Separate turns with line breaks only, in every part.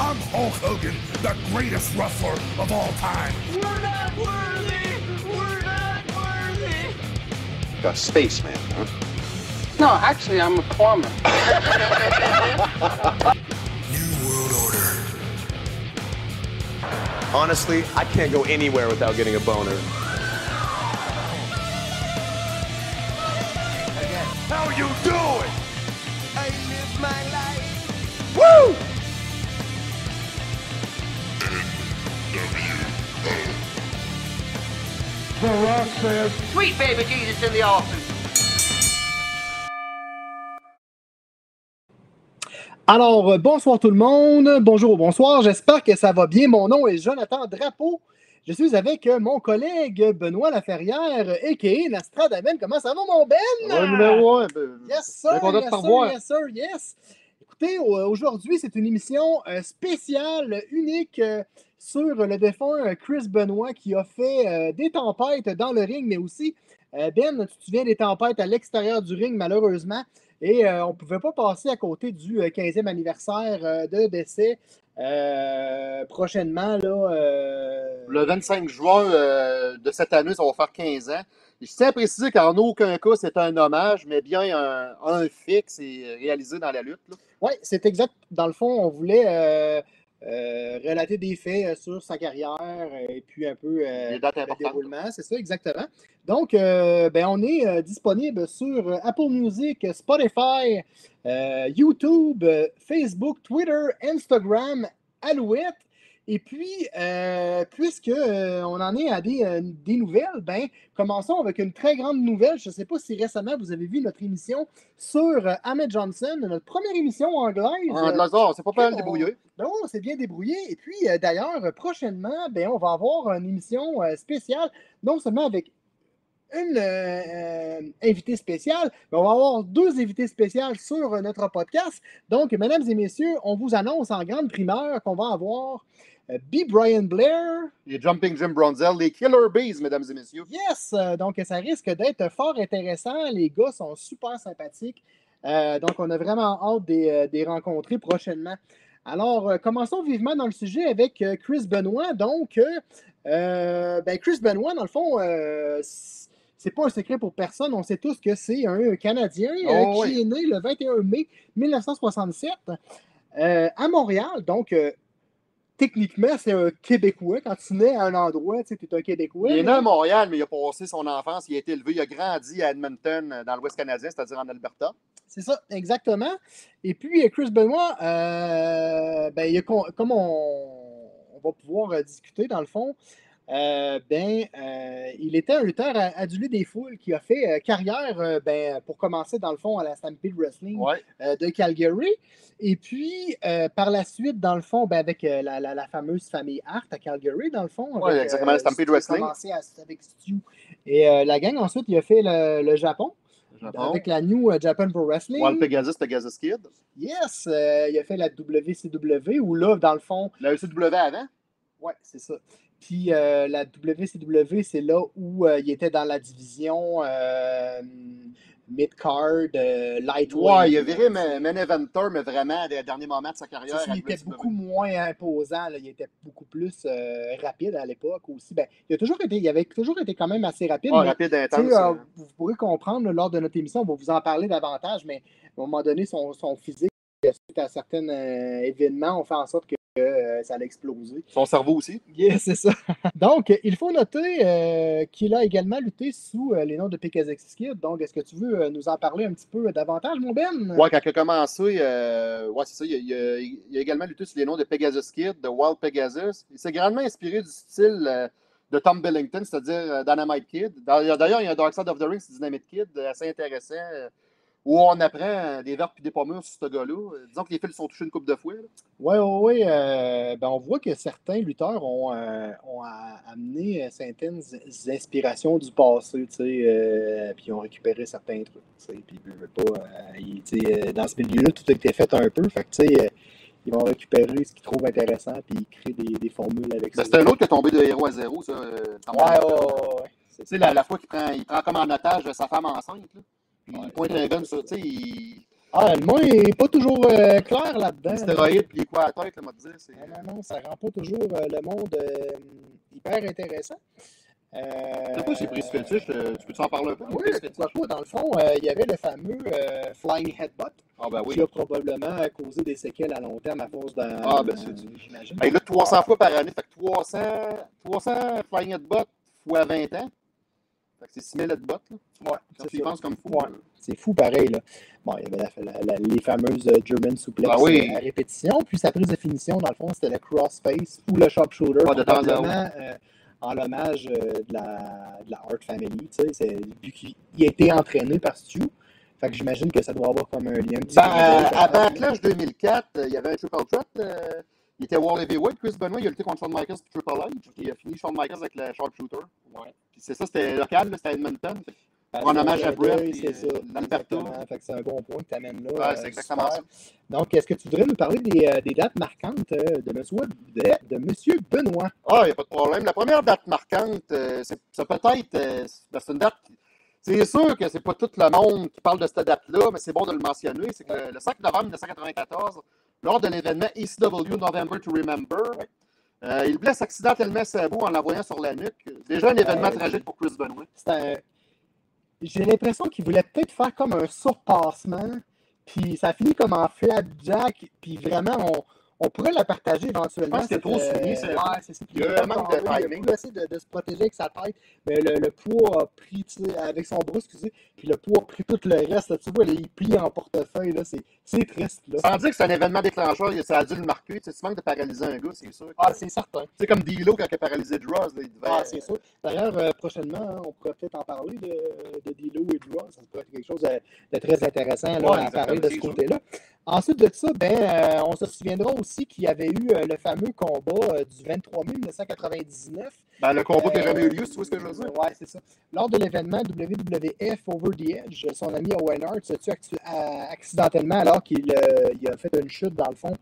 I'm Hulk Hogan, the greatest wrestler of all time.
We're not worthy! We're not worthy!
A spaceman, huh?
No, actually, I'm a plumber.
New World Order.
Honestly, I can't go anywhere without getting a boner.
How you doing?
Woo!
Sweet baby Jesus in the office.
Alors, euh, bonsoir tout le monde, bonjour ou bonsoir, j'espère que ça va bien. Mon nom est Jonathan Drapeau. Je suis avec euh, mon collègue Benoît Laferrière, euh, a.k.a. Nastradamen. Comment ça va, mon Ben?
ben,
Yes, sir,
Bien content de
yes,
te
sir,
revoir.
yes, sir, yes. Écoutez, au- aujourd'hui, c'est une émission euh, spéciale, unique, euh, sur le défunt euh, Chris Benoit qui a fait euh, des tempêtes dans le ring, mais aussi, euh, Ben, tu te souviens des tempêtes à l'extérieur du ring, malheureusement. Et euh, on ne pouvait pas passer à côté du euh, 15e anniversaire euh, de décès euh, prochainement. Là, euh,
Le 25 juin euh, de cette année, ça va faire 15 ans. Je tiens à préciser qu'en aucun cas, c'est un hommage, mais bien un, un fixe et réalisé dans la lutte. là.
Oui, c'est exact. Dans le fond, on voulait euh, euh, relater des faits euh, sur sa carrière euh, et puis un peu euh,
Les dates
le
importantes.
déroulement. C'est ça, exactement. Donc, euh, ben, on est euh, disponible sur euh, Apple Music, euh, Spotify, euh, YouTube, euh, Facebook, Twitter, Instagram, Alouette. Et puis, euh, puisque euh, on en est à des, euh, des nouvelles, ben, commençons avec une très grande nouvelle. Je ne sais pas si récemment vous avez vu notre émission sur euh, Ahmed Johnson, notre première émission anglaise.
Un
Euh,
de hasard, c'est pas mal
on-
débrouillé.
ben oui, on s'est bien débrouillé. Et puis, euh, d'ailleurs, euh, prochainement, ben, on va avoir une émission euh, spéciale, non seulement avec une euh, euh, invitée spéciale, mais on va avoir deux invités spéciales sur euh, notre podcast. Donc, mesdames et messieurs, on vous annonce en grande primeur qu'on va avoir euh, B. Brian Blair.
Les Jumping Jim Bronzel, les Killer Bees, mesdames et messieurs.
Yes! Euh, Donc, ça risque d'être fort intéressant. Les gars sont super sympathiques. Euh, donc, on a vraiment hâte des, euh, des rencontrer prochainement. Alors, euh, commençons vivement dans le sujet avec euh, Chris Benoit. Donc, euh, euh, ben, Chris Benoit, dans le fond, euh, c- c'est pas un secret pour personne. On sait tous que c'est un Canadien euh,
Oh,
qui est né le 21 mai 1967 euh, à Montréal. Donc, euh, techniquement, c'est un Québécois. Quand tu nais à un endroit, tu es un Québécois.
il est né
mais-
à Montréal, mais il a passé son enfance, il a été élevé, il a grandi à Edmonton, euh, dans l'Ouest canadien, c'est-à-dire en Alberta.
C'est ça, exactement. Et puis, euh, Chris Benoit, euh, ben, il a con- comme on, on va pouvoir euh, discuter dans le fond, euh, ben, euh, il était un lutteur a- adulé des foules qui a fait euh, carrière euh, ben, pour commencer dans le fond à la Stampede Wrestling
Ouais.
euh, de Calgary. Et puis, euh, par la suite, dans le fond, ben, avec euh, la, la- la fameuse famille Hart à Calgary, dans le fond.
Ouais,
avec,
exactement, la Stampede
Stu, il a
Wrestling.
commencé à- avec Stu et euh, la gang. Ensuite, il a fait le- le Japon
Japon.
avec la New euh, Japan Pro Wrestling.
Ouais, le Pegasus, Pegasus Kid.
Yes, euh, il a fait la WCW où là, dans le fond,
La ECW avant.
ouais, c'est ça. Puis euh, la WCW, c'est là où euh, il était dans la division euh, mid-card, euh, lightweight.
Ouais, il a viré main main eventer, mais vraiment, des derniers moments de sa
C'est
carrière.
ça,
à
il était
WCW.
beaucoup moins imposant, là, il était beaucoup plus euh, rapide à l'époque aussi. Ben, il, a toujours été, il avait toujours été quand même assez rapide,
Ouais,
mais
rapide,
Tu sais,
intense.
euh,
euh,
vous vous pourrez comprendre là, lors de notre émission, on va vous en parler davantage, mais à un moment donné, son, son physique, euh, suite à certains euh, événements, on fait en sorte que euh, ça allait exploser.
Son cerveau aussi.
Yeah, c'est ça. donc, euh, il faut noter euh, qu'il a également lutté sous euh, les noms de Pegasus Kid. Donc, est-ce que tu veux euh, nous en parler un petit peu davantage, mon Ben?
Ouais, quand il a commencé, euh, ouais, c'est ça, il, a- il a- il a également lutté sous les noms de Pegasus Kid, de Wild Pegasus. Il s'est grandement inspiré du style euh, de Tom Billington, c'est-à-dire euh, Dynamite Kid. D'ailleurs, d'ailleurs, il y a un Dark Side of the Ring, c'est Dynamite Kid, euh, assez intéressant, euh, où on apprend euh, des verbes puis des pommures sur ce gars-là. Euh, Disons que les fils sont touchés une coupe de fouet. là.
Oui, oui, oui. euh, ben, on voit que certains lutteurs ont, euh, ont a- amené euh, certaines inspirations du passé, tu sais, euh, puis ils ont récupéré certains trucs, tu sais, puis ils veulent pas. euh, ils- tu sais, euh, dans ce milieu-là, tout a été fait un peu, fait que, tu sais, euh, ils vont récupérer ce qu'ils trouvent intéressant, puis ils créent des, des formules avec
Ben,
ça.
C'est un autre qui est tombé de héros à zéro, ça. euh, Tom
Ouais, ouais,
Billington.
ouais, ouais.
Tu sais, la, la fois qu'il prend, il prend comme en otage sa femme enceinte, là. Puis
Ouais.
il pointe un gun sur, tu sais, il-
Ah, le mot est pas toujours euh, clair là-dedans.
Les stéroïdes, puis les quoi à la tête, là, m'a dit. c'est-
Ah Non, non, ça rend pas toujours euh, le monde euh, hyper intéressant. Euh,
C'est quoi ces prises fétiches? euh, Tu peux-tu en parler un peu?
Oui, pourquoi pas. Dans le fond, euh, il y avait le fameux euh, Flying Headbutt
Ah, ben oui.
qui a probablement causé des séquelles à long terme à force d'un.
Ah, ben, c'est
du. J'imagine.
Hey, là, 300 fois par année, fait que 300, 300 flying headbutt fois 20 ans. Fait que c'est 6000 headbutts, là.
Ouais,
Quand
c'est
tu y
ça.
penses comme fou. Ben, euh,
Ouais. C'est fou pareil. Là. Bon, il y avait la- la- la- les fameuses euh, German suplex
Ah oui.
euh, à répétition. Puis sa prise de finition, dans le fond, c'était le cross-face ou le sharpshooter.
Ouais, de temps à autre.
probablement, euh, en l'hommage euh, de, la, de la Hart Family. tu sais, c'est- Vu qu'il il a été entraîné par Stu. Fait que j'imagine que ça doit avoir comme un lien.
Ben, euh, avant Clash 2004, euh, il y avait un triple threat. euh, il était World Heavyweight. Chris Benoit, il a lutté contre Shawn Michaels et Triple H. puis Il a fini Shawn Michaels avec le sharpshooter.
Ouais.
Puis c'est ça, c'était local, là, c'était à Edmonton. en hommage à Brett,
C'est
puis,
ça.
euh, l'Alberta.
Exactement. Fait que c'est un bon point que tu amènes là.
Ouais,
euh,
c'est exactement
super.
ça.
Donc, est-ce que tu voudrais nous parler des, euh, des dates marquantes euh, de monsieur, de- de monsieur Benoît?
Ah, il n'y a pas de problème. La première date marquante, euh, c'est ça peut-être. euh, c'est- ben, c'est une date. C'est sûr que c'est pas tout le monde qui parle de cette date-là, mais c'est bon de le mentionner. C'est que le, le 5 novembre 1994, lors de l'événement ECW November to Remember, euh, il blesse accidentellement Sabo en l'envoyant sur la nuque. Déjà un événement
Ouais.
tragique pour Chris Benoit.
C'est un- J'ai l'impression qu'il voulait peut-être faire comme un surpassement, puis ça finit comme en flapjack, puis vraiment, on, on pourrait la partager éventuellement.
Je pense qu'il a trop
cette,
souligné,
euh,
c'est-
Ouais, c'est ça.
il y a eu un manque de
Il a
timing.
voulu essayer de, de se protéger avec sa tête, mais le, le poids a pris, tu sais, avec son bras, excusez, puis le poids a pris tout le reste. là, tu vois, il plie en portefeuille, là, c'est, c'est triste. Là.
Sans dire que c'est un événement déclencheur, il- ça a dû le marquer. Tu sais, souvent de paralyser un gars, c'est sûr.
Ah, c'est certain.
C'est comme D'Lo quand il a paralysé Dross. là, Il devait.
Ah, c'est sûr. D'ailleurs, euh, prochainement, hein, on pourrait peut-être en parler de, de Dilo et de Raw. Ça pourrait être quelque chose de, de très intéressant là,
Ouais,
à parler de ce
exactement.
côté-là. Ensuite de ça, ben, euh, on se souviendra aussi qu'il y avait eu euh, le fameux combat euh, du 23 mai 1999.
Ben, le combat qui n'a
Euh,
jamais eu lieu, si tu vois ce que je veux dire.
Ouais, c'est ça. Lors de l'événement WWF Over the Edge, son ami Owen Hart se tue actu- à- accidentellement alors qu'il euh, il a fait une chute dans le fond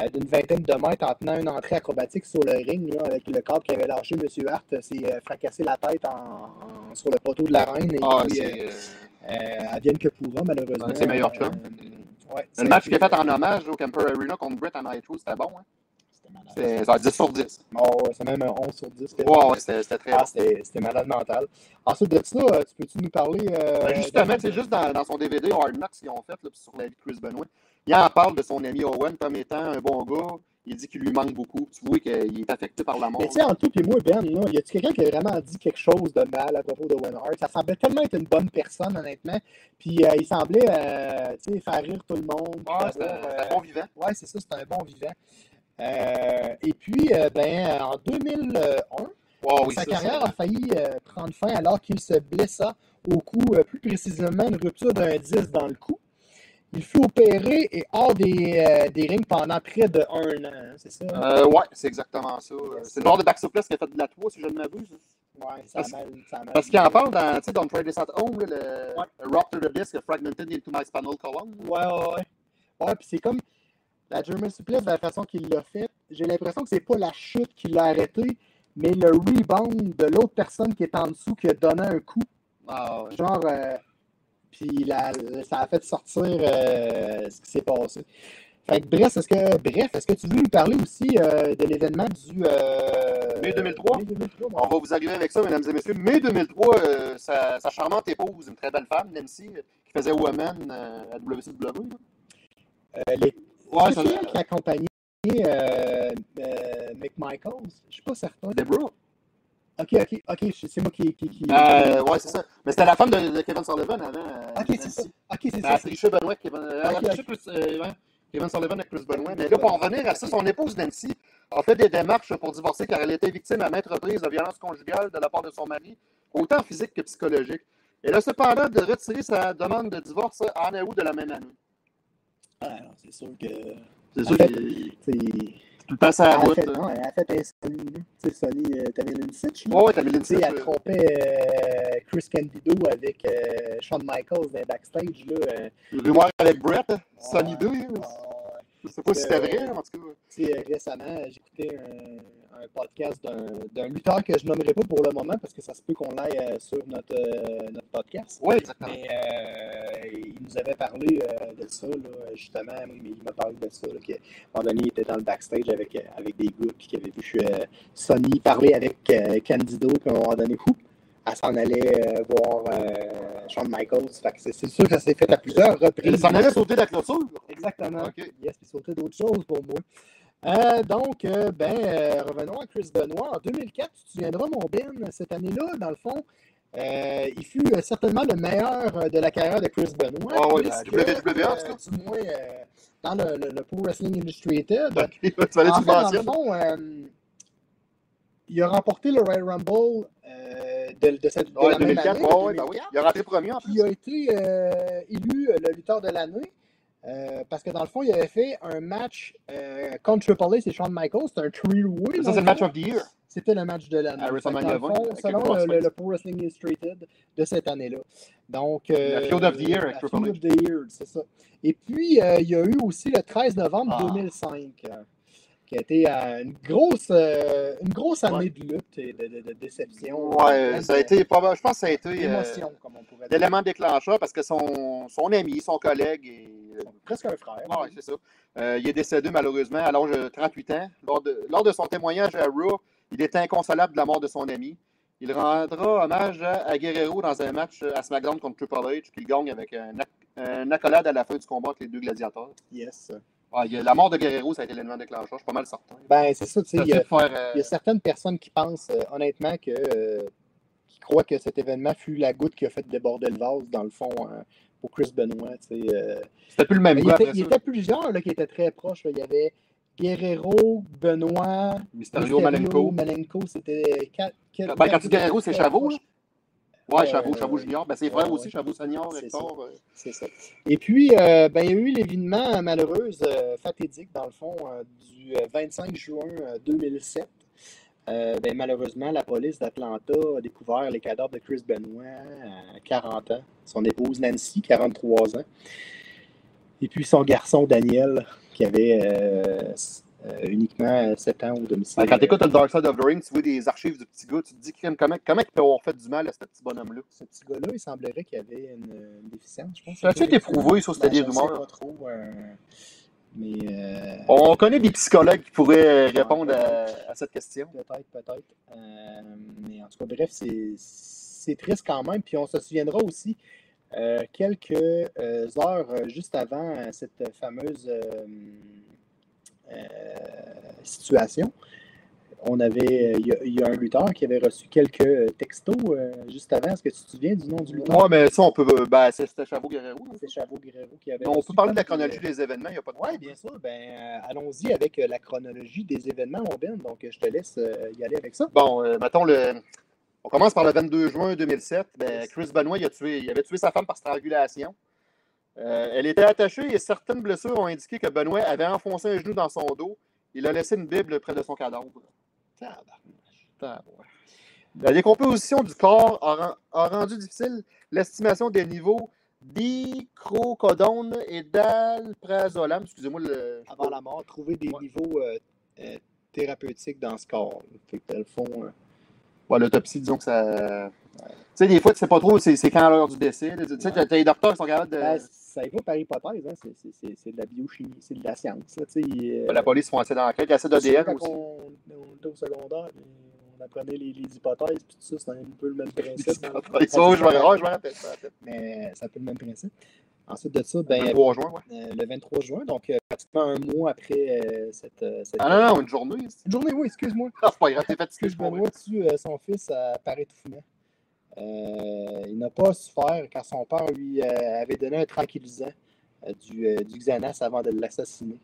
euh, d'une vingtaine de mètres en tenant une entrée acrobatique sur le ring là, avec le corps qui avait lâché. M. Hart euh, s'est euh, fracassé la tête en- en- sur le poteau de la reine et
Ah,
puis,
c'est. euh,
euh, euh, elle vienne que pourra malheureusement.
Ouais, c'est meilleur que ça.
Euh, ouais,
Le match qui est fait en hommage au Camper Arena contre Brett en Nitro, c'était bon. Hein?
C'était malade.
C'était genre 10 sur 10.
Oh, ouais, c'est même un 11 sur 10.
Wow, ouais, c'était c'était très
Ah,
bon.
c'était c'était malade mental. Ensuite de ça, euh, tu peux-tu nous parler. euh,
Ben, Justement, c'est juste dans, dans son DVD Hard Knocks qu'ils ont fait là, sur la vie de Chris Benoit. Il en parle de son ami Owen comme étant un bon gars. Il dit qu'il lui manque beaucoup. Tu vois qu'il est affecté par la mort.
Mais tu sais, entre toi et moi, Ben, là, y a-tu quelqu'un qui a vraiment dit quelque chose de mal à propos de Owen Hart? Ça semblait tellement être une bonne personne, honnêtement. Puis euh, il semblait, euh, tu sais, faire rire tout le monde. puis
Ah, c'était
avoir, euh,
c'était bon vivant.
ouais, c'est ça, c'est un bon vivant. Euh, et puis, euh, ben, en 2001,
Wow, Oh oui,
sa
ça,
carrière
ça.
a failli euh, prendre fin alors qu'il se blessa au cou, euh, plus précisément une rupture d'un disque dans le cou. Il fut opéré et hors des, euh, des rings pendant près de un an, hein, c'est ça?
Euh, ouais, c'est exactement ça. Euh, C'est le genre de back suplex qui a fait de la 3, si je ne m'abuse.
ouais, ça a
parce-
mal- ça a mal-
Parce qu'il en parle dans, tu sais, Don't Try This at Home, là, le,
Ouais.
le Rock to the Disc, Fragmented into my spinal column.
Ouais, ouais, ouais. Ouais, puis c'est comme la German Suplex, de la façon qu'il l'a faite, j'ai l'impression que c'est pas la chute qui l'a arrêté, mais le rebound de l'autre personne qui est en dessous qui a donné un coup.
Ah, ouais.
Genre, euh, puis la- ça a fait sortir euh, ce qui s'est passé. Fait que, bref, est-ce que, bref, est-ce que tu veux nous parler aussi euh, de l'événement du. euh,
Mai 2003?
mai 2003,
On
ouais.
va vous arriver avec ça, mesdames et messieurs. Mai 2003, euh, sa, sa charmante épouse, une très belle femme, Nancy, euh, qui faisait Woman euh, à WCW. là.
Euh, les-
Ouais,
c'est
ça-
elle qui accompagnait euh, euh, McMichaels? Je suis pas certain.
Deborah.
Ok, ok, ok, je- c'est moi qui. qui, qui-
Euh, ouais, c'est ça. Mais c'était la femme de, de Kevin Sullivan avant. euh, Nancy.
ok,
Ben,
c'est ça. Ok, c'est
Elle
ça.
a triché Benoît, Kevin, euh, elle a
Ok,
triché
ok.
Chris- euh, ouais, Kevin Sullivan avec Chris Benoit. Mais là, pour en revenir à ça, son épouse Nancy a fait des démarches pour divorcer car elle était victime à maintes reprises de violences conjugales de la part de son mari, autant physique que psychologique. Elle a cependant de retirer sa demande de divorce en août de la même année.
Ah, non, c'est sûr que.
C'est
sûr
qu'il
C'est...
tout passe à
Elle,
la
a
route. hein.
fait, non, elle a fait un Sony. là. Tu sais, Sony, euh, t'avais une sitch, là.
Ouais, ouais, t'avais
Tu sais, elle
l'initiative.
trompait euh, Chris Candido avec euh, Shawn Michaels dans le backstage. Là, euh,
Rumeur avec Brett, Sonny 2.
euh,
hein. Je sais pas si c'était vrai, en tout cas.
tu sais, récemment, euh, j'écoutais un, un podcast d'un- d'un lutteur que je nommerai pas pour le moment parce que ça se peut qu'on l'aille euh, sur notre, euh, notre podcast.
Oui, exactement.
Mais euh, il nous avait parlé euh, de ça, là, justement. Il il m'a parlé de ça. Là, que, à un moment donné, il était dans le backstage avec, euh, avec des gars puis qu'il avait vu euh, Sonny parler avec euh, Candido. Puis à un moment donné, oup, elle s'en allait euh, voir euh, Shawn Michaels. Fait que c'est c'est sûr que ça s'est fait à plusieurs reprises.
Il s'en allait sauter la clôture.
Exactement.
OK.
Yes, puis sauter d'autres choses pour moi. Euh, donc, euh, ben, euh, revenons à Chris Benoit. En 2004, tu te souviendras, mon Ben, cette année-là, dans le fond, euh, il fut euh, certainement le meilleur euh, de la carrière de Chris Benoit.
Ah oui,
puisque,
la WWE, en tout cas.
euh, du moins, euh, dans le, le- le Pro Wrestling Illustrated,
tu fallait
en
que
fait,
tu
dans le
mentionnes.
fond, euh, il a remporté le Royal Rumble euh, de, de cette de
Ouais,
la même
2004.
année,
ouais,
de
ouais, ben oui.
2004.
Il a rentré premier en
Puis
plus.
il a été euh, élu le lutteur de l'année euh, parce que dans le fond, il avait fait un match euh, contre Triple H et Shawn Michaels. C'était un
Ça, c'est
three-way. dans
le match of the year.
C'était le match de l'année.
À
Fait que
WrestleMania
dans le
20,
fond,
avec
selon
Brock
le, le-
Lesnar.
le Pro Wrestling Illustrated de cette année-là. Donc, euh,
La Feud of the Year avec
la
Triple
Feud of the Year, c'est ça. Et puis, euh, il y a eu aussi le 13 novembre
Ah.
2005, euh, qui a été euh, une, grosse, euh, une grosse année
Ouais.
de lutte et de, de- de déception.
Ouais,
Plein
ça a
de-
été probable. Je pense que ça a été euh,
d'émotion, comme on pourrait dire.
l'élément déclencheur parce que son, son ami, son collègue, et,
Presque un frère.
Ah Ouais, c'est ça. Euh, il est décédé malheureusement à l'âge de 38 ans. Lors de, lors de son témoignage à Raw, il était inconsolable de la mort de son ami. Il rendra hommage à, à Guerrero dans un match à SmackDown contre Triple H qu'il gagne avec un, ac- un accolade à la fin du combat entre les deux gladiateurs.
Yes.
Ouais, il y a- la mort de Guerrero, ça a été l'élément déclencheur, je suis pas mal certain.
Ben, c'est ça, tu sais.
Ça a
Il y, a-
dû faire, euh,
il y a certaines personnes qui pensent, euh, honnêtement, que, euh, qui croient que cet événement fut la goutte qui a fait déborder le vase, dans le fond, hein, pour Chris Benoit. tu sais, euh.
C'était plus le même
Mais il
gars
était,
après
il
ça.
était plusieurs là, qui étaient très proches. là. Il y avait Guerrero, Benoit,
Mysterio, Malenko.
Malenko, c'était quatre.
Ben,
quatre-
quand tu dis Guerrero, c'est
très
Chavo.
proches.
hein? Ouais,
Ouais,
Chavo,
ouais,
Chavo
ouais.
Junior. Ben, c'est
Euh, Ouais,
frère aussi,
ouais.
Chavo Senior,
C'est
Hector. euh,
C'est ça. Et puis, euh, ben, il y a eu l'événement malheureux, euh, fatidique, dans le fond, euh, du euh, 25 juin euh, 2007. Euh, ben, malheureusement, la police d'Atlanta a découvert les cadavres de Chris Benoit à 40 ans, son épouse Nancy, 43 ans, et puis son garçon Daniel, qui avait euh, s- euh, uniquement 7 ans au domicile.
Ben, quand t'écoutes le Dark Side of the Ring, tu vois des archives du petit gars, tu te dis crème, comment, comment il peut avoir fait du mal à ce petit bonhomme-là.
ce petit gars-là, il semblerait qu'il avait une, une déficience, je pense.
Ça a-tu été prouvé, ça, c'était
Ben,
des
je ne sais
rumeurs? Oh.
pas trop, euh, mais euh,
On connaît des psychologues qui pourraient euh, répondre à, à cette question.
peut-être, peut-être. Euh, mais en tout cas, bref, c'est- c'est triste quand même. Puis on se souviendra aussi euh, quelques euh, heures euh, juste avant euh, cette fameuse euh, euh, situation. On avait, euh, il y, a- il y a un lutteur qui avait reçu quelques euh, textos euh, juste avant. Est-ce que tu te souviens du nom du lutteur?
Ouais, mais ça, on peut. euh, Ben, c'est- c'était Chavo Guerrero. hein.
C'est Chavo Guerrero qui avait.
On
reçu
peut parler de la
quelques-
chronologie des événements, il n'y a pas de
oui, bien sûr. Ben, euh, allons-y avec euh, la chronologie des événements, mon Ben. Donc, euh, je te laisse euh, y aller avec ça.
Bon, euh, mettons, le... on commence par le 22 juin 2007. Ben, Chris Benoit, il, a tué, il avait tué sa femme par strangulation. Euh, elle était attachée et certaines blessures ont indiqué que Benoit avait enfoncé un genou dans son dos. Il a laissé une Bible près de son cadavre. Tabarnouche. Tabarouette. La décomposition du corps a, ren- a rendu difficile l'estimation des niveaux d'icrocodone et d'alprazolam. Excusez-moi le.
Avant la mort, trouver des niveaux euh, euh, thérapeutiques dans ce corps. Fait que, dans le fond, euh,
Ouais, l'autopsie, disons que ça. Tu sais, des fois, tu sais pas trop c'est c'est quand l'heure du décès. là. Tu sais, t'as t'as les docteurs qui sont capables de.
ben, ça y va par hypothèse. hein. C'est- c'est- C'est c'est de la biochimie, c'est de la science. là, tu sais, euh,
Ben, la police font assez d'enquête, assez d'ADN
quand
aussi.
On, on était au secondaire, puis on apprenait les, les hypothèses, puis tout ça, c'est un peu le même principe. hein.
Ils sont- je me ah, je me rappelle ça.
Mais c'est un peu le même principe. Ensuite de ça,
Le
ben,
23 juin, ouais.
euh, le 23 juin, donc euh, pratiquement un mois après euh, cette, euh, cette-
Ah non, non, une journée. c'est-
Une journée, oui, excuse-moi.
Ah, c'est pas grave, t'es fatigué,
Excuse
je comprends.
Benoît tue euh, son fils à par étouffement. Euh, il n'a pas souffert car son père lui euh, avait donné un tranquillisant euh, du, euh, du Xanax avant de l'assassiner.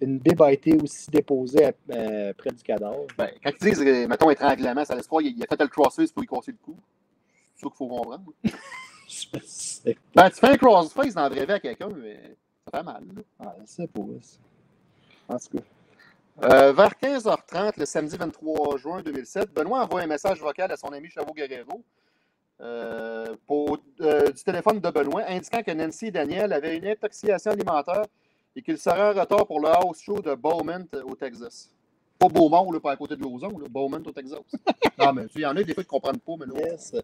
Une bib a été aussi déposée à- euh, près du cadavre.
Ben, quand ils disent, euh, mettons, étranglement, ça laisse croire, il, il a fait le crossface pour lui casser le cou. C'est ça qu'il faut comprendre.
Je sais
Ben, tu fais un crossface dans la vraie vie à quelqu'un, mais ça fait mal. là.
pas, je sais Ah, pas. ça. En tout cas,
Euh, vers 15h30, le samedi 23 juin 2007, Benoît envoie un message vocal à son ami Chavo Guerrero euh, pour- euh, du téléphone de Benoît, indiquant que Nancy et Daniel avaient une intoxication alimentaire et qu'ils seraient en retard pour le house show de Bowman euh, au Texas. Pas Beaumont, là, pas à côté de Lauson, là. Bowman au Texas. non, mais il y en a des fois qui ne comprennent pas, mais là,
Yes.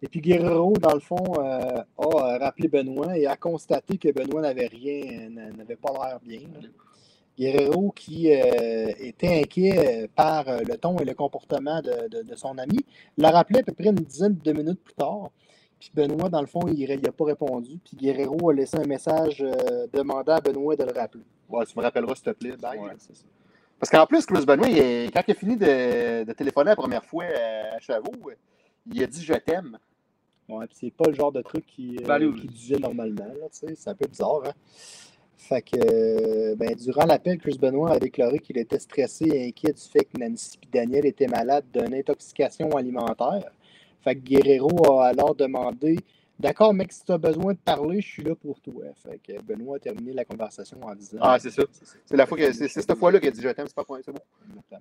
Et puis Guerrero, dans le fond, euh, a rappelé Benoît et a constaté que Benoît n'avait rien, n- n'avait pas l'air bien. là. Guerrero qui euh, était inquiet euh, par euh, le ton et le comportement de, de- de son ami, l'a rappelé à peu près une dizaine de minutes plus tard. Puis Benoît, dans le fond, il n'a pas répondu. Puis Guerrero a laissé un message euh, demandant à Benoît de le rappeler.
ouais, tu me rappelleras, s'il te plaît. bye.
Ouais, c'est ça.
Parce qu'en plus, Chris Benoit, il est- quand il a fini de, de téléphoner la première fois euh, à Chavot, il a dit Je t'aime.
Ouais, puis c'est pas le genre de truc qui, euh,
Ben, allez,
qui disait normalement, là, tu sais, c'est un peu bizarre, hein. Fait que, euh, ben, durant l'appel, Chris Benoit a déclaré qu'il était stressé et inquiet du fait que Nancy et Daniel étaient malades d'une intoxication alimentaire. Fait que Guerrero a alors demandé D'accord, mec, si tu as besoin de parler, je suis là pour toi. Fait que Benoît a terminé la conversation en disant
Ah, c'est ça. C'est la fois que-
que
c'est- c'est cette fois-là qu'il a dit Je t'aime, c'est pas pour rien, c'est bon.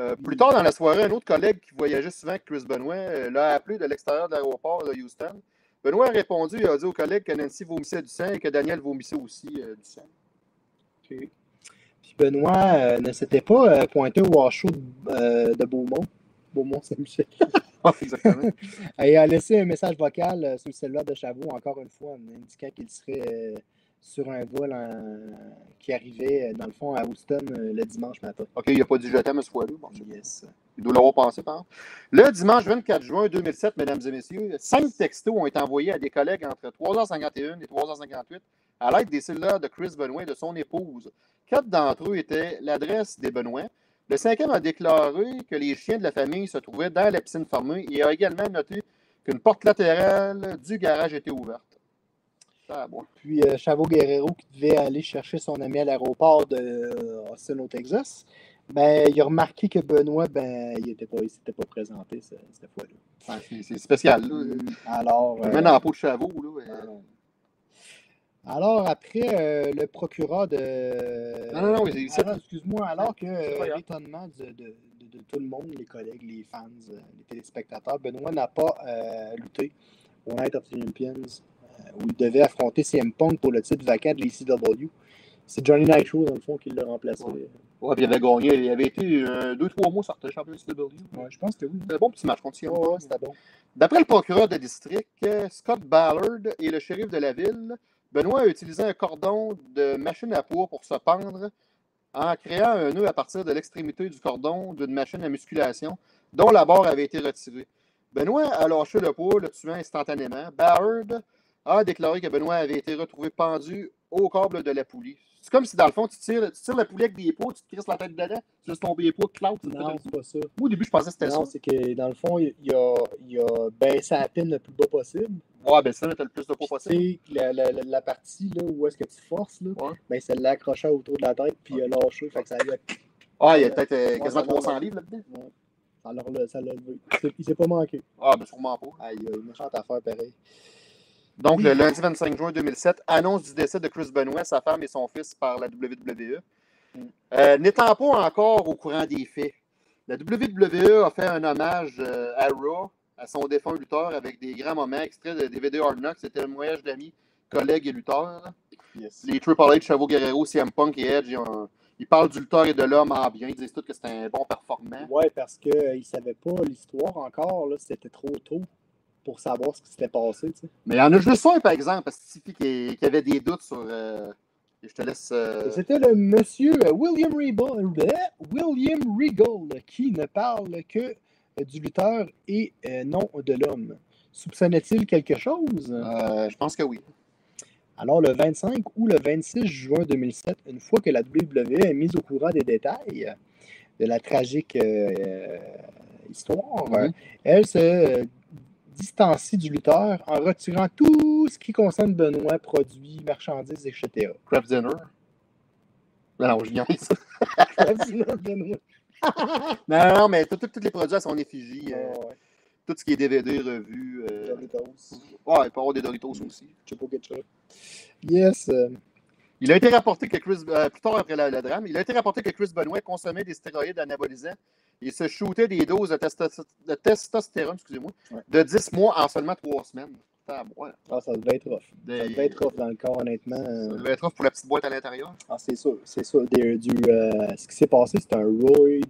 Euh, plus tard dans la soirée, un autre collègue qui voyageait souvent avec Chris Benoit euh, l'a appelé de l'extérieur de l'aéroport de Houston. Benoit a répondu et a dit au collègue que Nancy vomissait du sang et que Daniel vomissait aussi euh, du sang.
Puis Benoît euh, ne s'était pas euh, pointé au washoe de, euh, de Beaumont. Beaumont, Saint-Michel.
Exactement.
Et a laissé un message vocal euh, sur le cellulaire de Chavot, encore une fois, en indiquant qu'il serait euh, sur un vol en- qui arrivait, euh, dans le fond, à Houston euh, le dimanche matin.
OK, il n'a pas dit je t'aime ce fois-là. Bon, c'est-
Yes.
il doit l'avoir pensé, par exemple. Le dimanche 24 juin 2007, mesdames et messieurs, cinq textos ont été envoyés à des collègues entre 3h51 et 3h58 à l'aide des cellulaires de Chris Benoit et de son épouse. Quatre d'entre eux étaient l'adresse des Benoît. Le cinquième a déclaré que les chiens de la famille se trouvaient dans la piscine fermée et a également noté qu'une porte latérale du garage était ouverte. Ah, bon.
Puis euh, Chavot Guerrero, qui devait aller chercher son ami à l'aéroport de euh, Austin, au Texas, ben, il a remarqué que Benoît, ben, il était pas, il s'était pas présenté ce- cette fois-là. Hum,
Ah, c'est c'est spécial. là.
Alors. euh,
Même dans la peau de Chavot, là. euh,
alors, après, euh, le procureur de.
Non, non, non, oui, c'est-
Alors, excuse-moi, alors que
C'est pas
euh,
grave.
l'étonnement de, de- de- de tout le monde, les collègues, les fans, euh, les téléspectateurs, Benoît n'a pas euh, lutté au Night of the Champions euh, où il devait affronter CM Punk pour le titre vacant de l'ECW. C'est Johnny Nitro, dans le fond, qui l'a remplacé.
Ouais. Ouais, puis il avait gagné. Il avait été 2-3 mois sur le champion de CW.
Ouais, je pense que oui.
C'était un bon petit match contre Seattle.
Ouais, ouais, c'était bon.
D'après le procureur de district, euh, Scott Ballard et le shérif de la ville, Benoît a utilisé un cordon de machine à poids pour se pendre en créant un nœud à partir de l'extrémité du cordon d'une machine à musculation dont la barre avait été retirée. Benoît a lâché le poids, le tuant instantanément. Ballard a déclaré que Benoît avait été retrouvé pendu au câble de la poulie. C'est comme si, dans le fond, tu tires, tu tires la poulie avec des poids, tu te crisses la tête dedans, tu laisses tomber les poids, clac, tu te fais
Non,
une-
c'est pas ça.
Moi, au début, je pensais que c'était ça.
Non, c'est que dans le fond, il, il a, il a baissé la pine le plus bas possible.
Ouais, ben ça, t'as le plus de poids possible.
Tu sais, la, la- la- la partie là, où est-ce que tu forces, là,
Ouais.
ben, ça l'accrochait autour de la tête, puis il a lâché. Fait que ça lui a
Ah, il y a peut-être euh,
Ouais,
quasiment
ça va,
300
ouais.
livres là-dedans.
Alors là, ça l'a levé. Il s'est- Il s'est pas manqué.
Ah, ben sûrement pas.
Aïe, aïe, méchante affaire pareil.
Donc,
Oui.
le lundi 25 juin 2007, annonce du décès de Chris Benoit, sa femme et son fils par la WWE.
Mm.
Euh, N'étant pas encore au courant des faits, la WWE a fait un hommage euh, à Raw, à son défunt lutteur, avec des grands moments extraits de DVD Hard Knocks. C'était un voyage d'amis, collègues et lutteurs. Les Triple H, Chavo Guerrero, CM Punk et Edge, ils, ont- ils parlent du lutteur et de l'homme en bien. Ils disent tous que c'était un bon performant.
Ouais, parce qu'il ne savait pas l'histoire encore. là, C'était trop tôt pour savoir ce qui s'était passé. tu sais.
Mais il y en a juste un, par exemple, parce que Tiffy qui, qui avait des doutes sur. euh, je te laisse. euh,
C'était le monsieur euh, William Regal, euh, William Regal qui ne parle que euh, du lutteur et euh, non de l'homme. Soupçonnait-il quelque chose?
euh, je pense que oui.
Alors, le 25 ou le 26 juin 2007, une fois que la WWE est mise au courant des détails de la tragique euh, euh, histoire,
Mhm.
euh, elle se euh, distancie du lutteur en retirant tout ce qui concerne Benoît, produits, marchandises, etc.
Craft Dinner. Non, non, je niaise.
Benoît.
Non, non, non, mais tout- tout- tous les produits à son effigie. euh,
Ouais,
tout ce qui est DVD, revues. euh,
Doritos,
Ouais, il peut y avoir des Doritos aussi.
Chipo Ketchup. Yes. euh,
Il a été rapporté que Chris. euh, plus tard après la- le drame, il a été rapporté que Chris Benoit consommait des stéroïdes anabolisants et se shootait des doses de, testo- de testostérone, excusez-moi,
Ouais.
de 10 mois en seulement 3 semaines. Tabarouette.
Ah, ça devait être rough. Ça devait être rough dans le corps, honnêtement.
Ça
Euh,
devait être rough pour la petite boîte à l'intérieur.
Ah, c'est sûr, c'est sûr. Des- du, euh, ce qui s'est passé, c'est un roid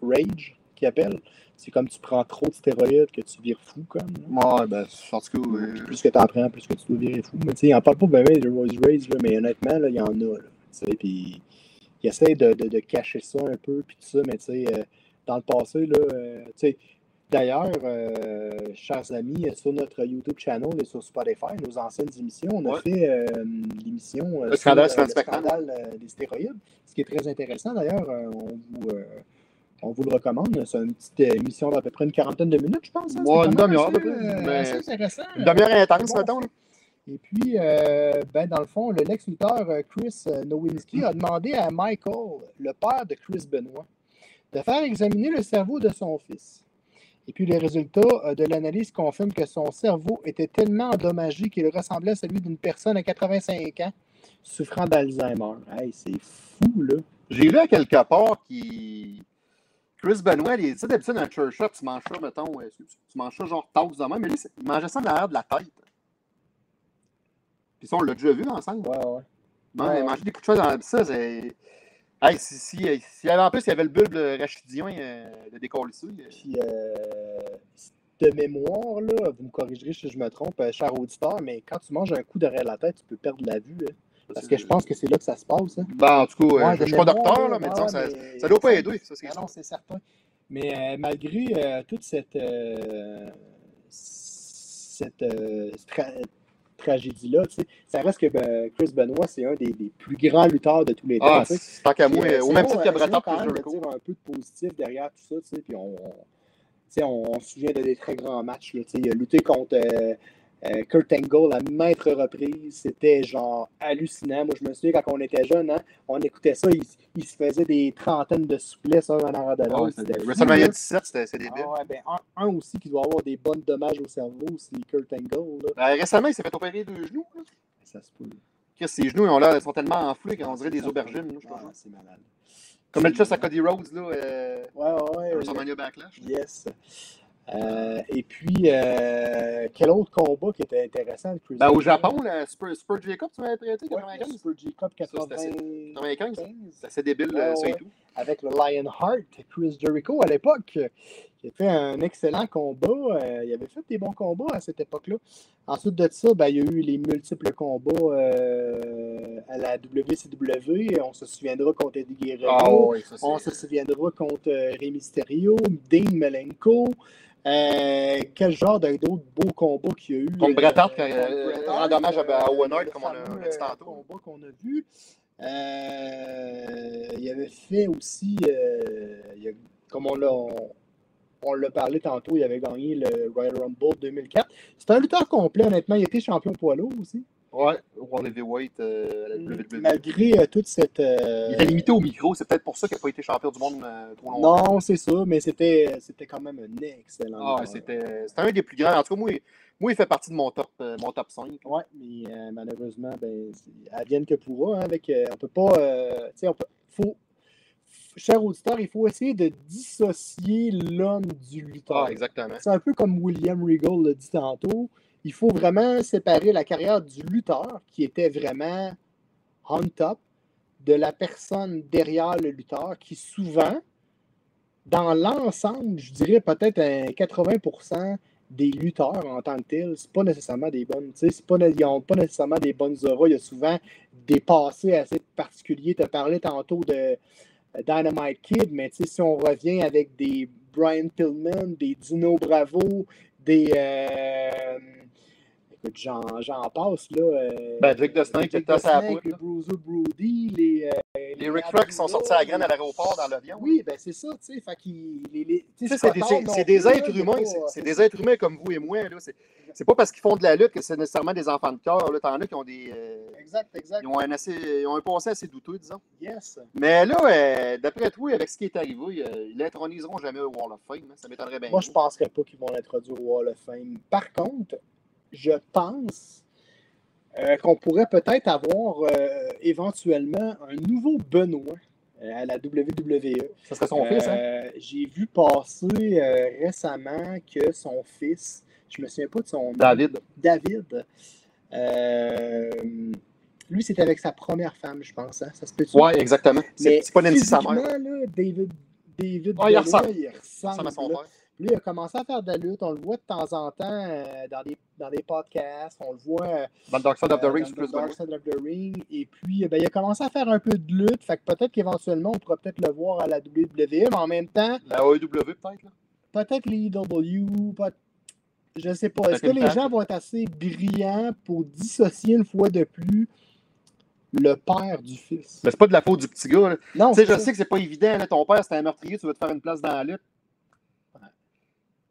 rage qui appelle. C'est comme tu prends trop de stéroïdes que tu vires fou, comme. là.
Ouais, ben, en tout cas,
Puis euh, Plus que tu en prends, plus que tu dois virer fou. Mais tu sais, il en parle pas bien bien, du roid rage, là, mais honnêtement, là, il y en a. Là, Tu sais, puis il essaie de, de- de cacher ça un peu, puis tout ça, mais tu sais, euh, dans le passé, là, euh, tu sais, D'ailleurs, euh, chers amis, sur notre YouTube channel et sur Spotify, nos anciennes émissions, on a
Ouais.
fait euh, l'émission euh,
Le scandale,
sur, euh,
c'est un spectacle.
scandale, euh, des stéroïdes, ce qui est très intéressant. D'ailleurs, euh, on, vous, euh, on vous le recommande. C'est une petite euh, émission d'à peu près une quarantaine de minutes, je pense. hein.
Ouais,
C'est
une
quand même
demi-heure,
assez,
à peu près.
euh,
Mais-
assez intéressant.
une demi-heure intense,
Bon.
mettons. là.
Et puis, euh, ben, dans le fond, le Lex Luthor euh, Chris euh, Nowinski a demandé à Michael, le père de Chris Benoit, de faire examiner le cerveau de son fils. Et puis, les résultats euh, de l'analyse confirment que son cerveau était tellement endommagé qu'il ressemblait à celui d'une personne à 85 ans souffrant d'Alzheimer. Hey, c'est fou, là.
J'ai lu à quelque part qui. Chris Benoit, il dit d'habitude un church shop, tu manges ça, mettons, euh, tu tu manges ça genre toast de même, mais lui, c'est- il mangeait ça en arrière de la tête. Puis ça, on l'a déjà vu ensemble.
Ouais, ouais.
Non,
Ouais.
il mangeait des coups de choses dans ça, c'est. Hey, si, si, euh, s'il y avait en plus, il y avait le bulbe rachidien euh, de décor ici.
Puis, euh, de mémoire, là, vous me corrigerez si je me trompe, euh, cher auditeur, mais quand tu manges un coup derrière la tête, tu peux perdre la vue. hein. Parce que je pense que c'est là que ça se passe. hein.
euh, Ben, en tout cas, euh,
Ouais,
je
de
je suis pas
mémoire,
docteur, là, mais
ouais,
disons, ça,
mais-
ça doit pas aider. Ça, c'est
Ah non, c'est certain. Mais euh, malgré euh, toute cette, euh, cette euh, tra- tragédie-là, tu sais, ça reste que ben, Chris Benoit, c'est un des, des plus grands lutteurs de tous les temps.
Ah,
tu sais.
c'est- tant qu'à
Puis,
moi,
euh,
euh, au
c'est
même
beau,
titre
euh,
que Brad
c'est beau
Hart
quand
pour
même de
Jericho.
dire un peu de positif derrière tout ça, tu sais, puis on, on- tu sais, on, on se souvient de des très grands matchs, là, tu sais, il a lutté contre euh, euh, Kurt Angle à maintes reprises, c'était genre hallucinant, moi je me souviens quand on était jeune, on écoutait ça, il, il se faisait des trentaines de souplesses un en arrière de
Ah,
l'autre,
c'était-
c'était fou,
WrestleMania
là.
17, c'était c'était débile.
Ah ouais, ben, un, un aussi qui doit avoir des bonnes dommages au cerveau, c'est Kurt Angle, là.
Ben, récemment, il s'est fait opérer deux genoux. là.
ça se peut.
Chris, ses genoux, ils ont l'air, ils sont tellement enflés qu'on dirait des aubergines. là, je te
Ah,
jure.
c'est malade.
Comme le chest à
Ouais,
Cody Rhodes, là, euh,
ouais,
à
ouais.
WrestleMania Backlash.
Yes. Euh, et puis, euh, quel autre combat qui était intéressant? le Cruiser-
Ben, au Japon, la Super, Super Jacob, tu m'avais prêté,
Ouais, le
95?
Super G-Cup
Ça, c'était assez- 95?
95
C'est assez débile,
Ouais,
euh, ça
ouais.
et tout.
avec le Lionheart, Chris Jericho à l'époque, euh, qui a fait un excellent combat. Euh, il avait fait des bons combats à cette époque-là. Ensuite de ça, ben, il y a eu les multiples combats euh, à la WCW. On se souviendra contre Eddie Guerrero.
Ah ouais, ça,
On
c'est-
se souviendra contre euh, Rey Mysterio, Dean Malenko. Euh, quel genre de- d'autres beaux combats qu'il y a eu?
Contre Bret Hart, quand,
contre
euh,
Bret
rend
Hart,
hommage à- à Owen Hart,
le
comme on a- on a dit
fameux, euh,
tantôt.
combat qu'on a vu. Euh, il avait fait aussi, euh, il a- comme on l'a on- on l'a parlé tantôt, il avait gagné le Royal Rumble 2004. C'est un lutteur complet, honnêtement. Il était champion poids lourd aussi.
Ouais, World Heavyweight euh, à la WWE.
Malgré euh, toute cette. euh,
Il était limité au micro, c'est peut-être pour ça qu'il n'a pas été champion du monde euh, trop longtemps.
Non, c'est ça, mais c'était c'était quand même un excellent.
Ah, ouais,
lutteur.
c'était c'était un des plus grands. En tout cas, moi, il- moi il fait partie de mon top, euh, mon top 5.
Ouais, mais euh, malheureusement, ben, c'est- advienne que pourra. hein, avec, euh, on peut pas. euh, tu sais, on peut- faut, f- cher auditeur, il faut essayer de dissocier l'homme du lutteur.
Ah, exactement.
C'est un peu comme William Regal l'a dit tantôt. Il faut vraiment séparer la carrière du lutteur, qui était vraiment on top, de la personne derrière le lutteur, qui souvent, dans l'ensemble, je dirais peut-être un 80% des lutteurs en tant que tels, c'est pas nécessairement des bonnes. tu sais, c'est Pas, né- ils n'ont pas nécessairement des bonnes auras. Il y a souvent des passés assez particuliers. Tu as parlé tantôt de euh, Dynamite Kid, mais tu sais, si on revient avec des Brian Pillman, des Dino Bravo, des. euh, écoute, j'en j'en passe, là. euh,
Ben, Jake the Snake, qui était à sa poudre,
Snake, les
là.
Bruiser Brody, les. euh,
Les Rick Flair qui sont sortis à la graine à l'aéroport dans l'avion.
Oui, ben c'est ça, tu sais. Fait qu'ils. les- les- tu
Tu sais,
sais,
C'est
pas
des,
tard
c'est-
non
c'est
plus,
des
là,
êtres
c'est
humains,
pas,
c'est-
euh,
c'est des êtres humains comme vous et moi. là. C'est c'est pas parce qu'ils font de la lutte que c'est nécessairement des enfants de cœur. là. T'en as qui ont des. euh,
Exact, exact.
ils, ont un assez, ils ont un passé assez douteux, disons.
Yes.
Mais là, euh, d'après toi, avec ce qui est arrivé, euh, ils l'introniseront jamais au Wall of Fame. hein. Ça m'étonnerait bien.
Moi, je ne penserais pas qu'ils vont l'introduire au Hall of Fame. Par contre, je pense euh, qu'on pourrait peut-être avoir euh, éventuellement un nouveau Benoît euh, à la E. WWE.
Ça hein? serait son fils, hein?
Euh, J'ai vu passer euh, récemment que son fils, Je me souviens pas de son nom.
David.
David. Euh, lui, c'était avec sa première femme, je pense. hein. Ça se peut-tu?
Ouais, exactement. C'est
Mais
c'est pas Nancy sa mère.
physiquement, là, David, David
Ouais, il
Benoit,
ressemble.
il
Ça ressemble à son
là.
père.
Lui, il a commencé à faire de la lutte. On le voit de temps en temps euh, dans, des, dans des podcasts. On le voit euh,
Dans le Dark Side of the
euh,
Ring,
dans
c'est plus
The Dark
Benoit.
Side of the Ring. Et puis, euh, ben, il a commencé à faire un peu de lutte. Fait que peut-être qu'éventuellement, on pourra peut-être le voir à la WWE. Mais en même temps,
La AEW, peut-être. là.
peut-être les EW, peut- je ne sais pas. Est-ce
Peut-être
que
une
les
patte.
gens vont être assez brillants pour dissocier une fois de plus le père du fils?
Mais c'est pas de la peau du petit gars. là.
Non,
Tu sais, je
c'est ça.
sais que c'est pas évident. là, ton père, c'est un meurtrier, tu veux te faire une place dans la lutte.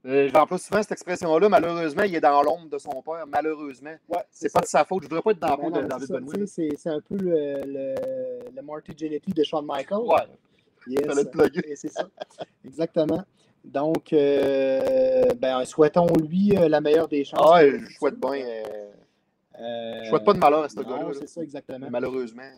Euh, J'emploie souvent cette expression-là. Malheureusement, il est dans l'ombre de son père. Malheureusement.
Ouais,
C'est pas de sa faute. Je voudrais pas être dans la
Ben
peau
non,
de
mais
David
c'est ça,
Benoit.
tu sais, C'est c'est un peu le, le, le Marty Jannetty de Shawn Michaels.
Ouais.
Yes.
Fallait te plugger.
Et c'est ça. Exactement. Donc, euh, ben, souhaitons-lui euh, la meilleure des chances.
Ah, ouais, je souhaite bien. euh,
Euh,
Je souhaite pas de malheur à ce
non,
gars-là. là.
c'est ça, exactement.
Mais Malheureusement.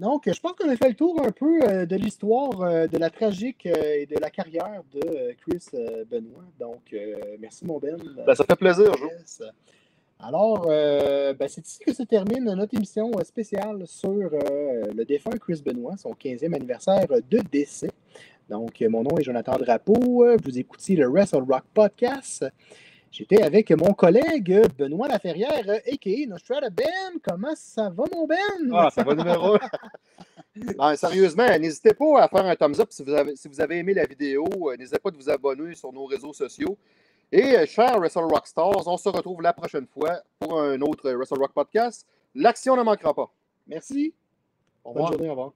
Donc, je pense qu'on a fait le tour un peu euh, de l'histoire, euh, de la tragique euh, et de la carrière de euh, Chris euh, Benoit. Donc, euh, merci, mon Ben.
Ben, ça fait plaisir, Jo.
Yes. Alors, euh, ben, c'est ici que se termine notre émission euh, spéciale sur euh, le défunt Chris Benoit, son 15e anniversaire de décès. Donc, euh, mon nom est Jonathan Drapeau. euh, Vous écoutez le Wrestle Rock Podcast. J'étais avec mon collègue euh, Benoît Laferrière, euh, a.k.a. Nostrada Ben. Comment ça va, mon Ben?
Ah, ça va numéro un. Non, sérieusement, n'hésitez pas à faire un thumbs up si vous avez, si vous avez aimé la vidéo. Euh, N'hésitez pas de vous abonner sur nos réseaux sociaux. Et euh, chers Wrestle Rock Stars, on se retrouve la prochaine fois pour un autre Wrestle Rock podcast. L'action ne manquera pas.
Merci.
Au
Bonne
revoir.
journée, au revoir.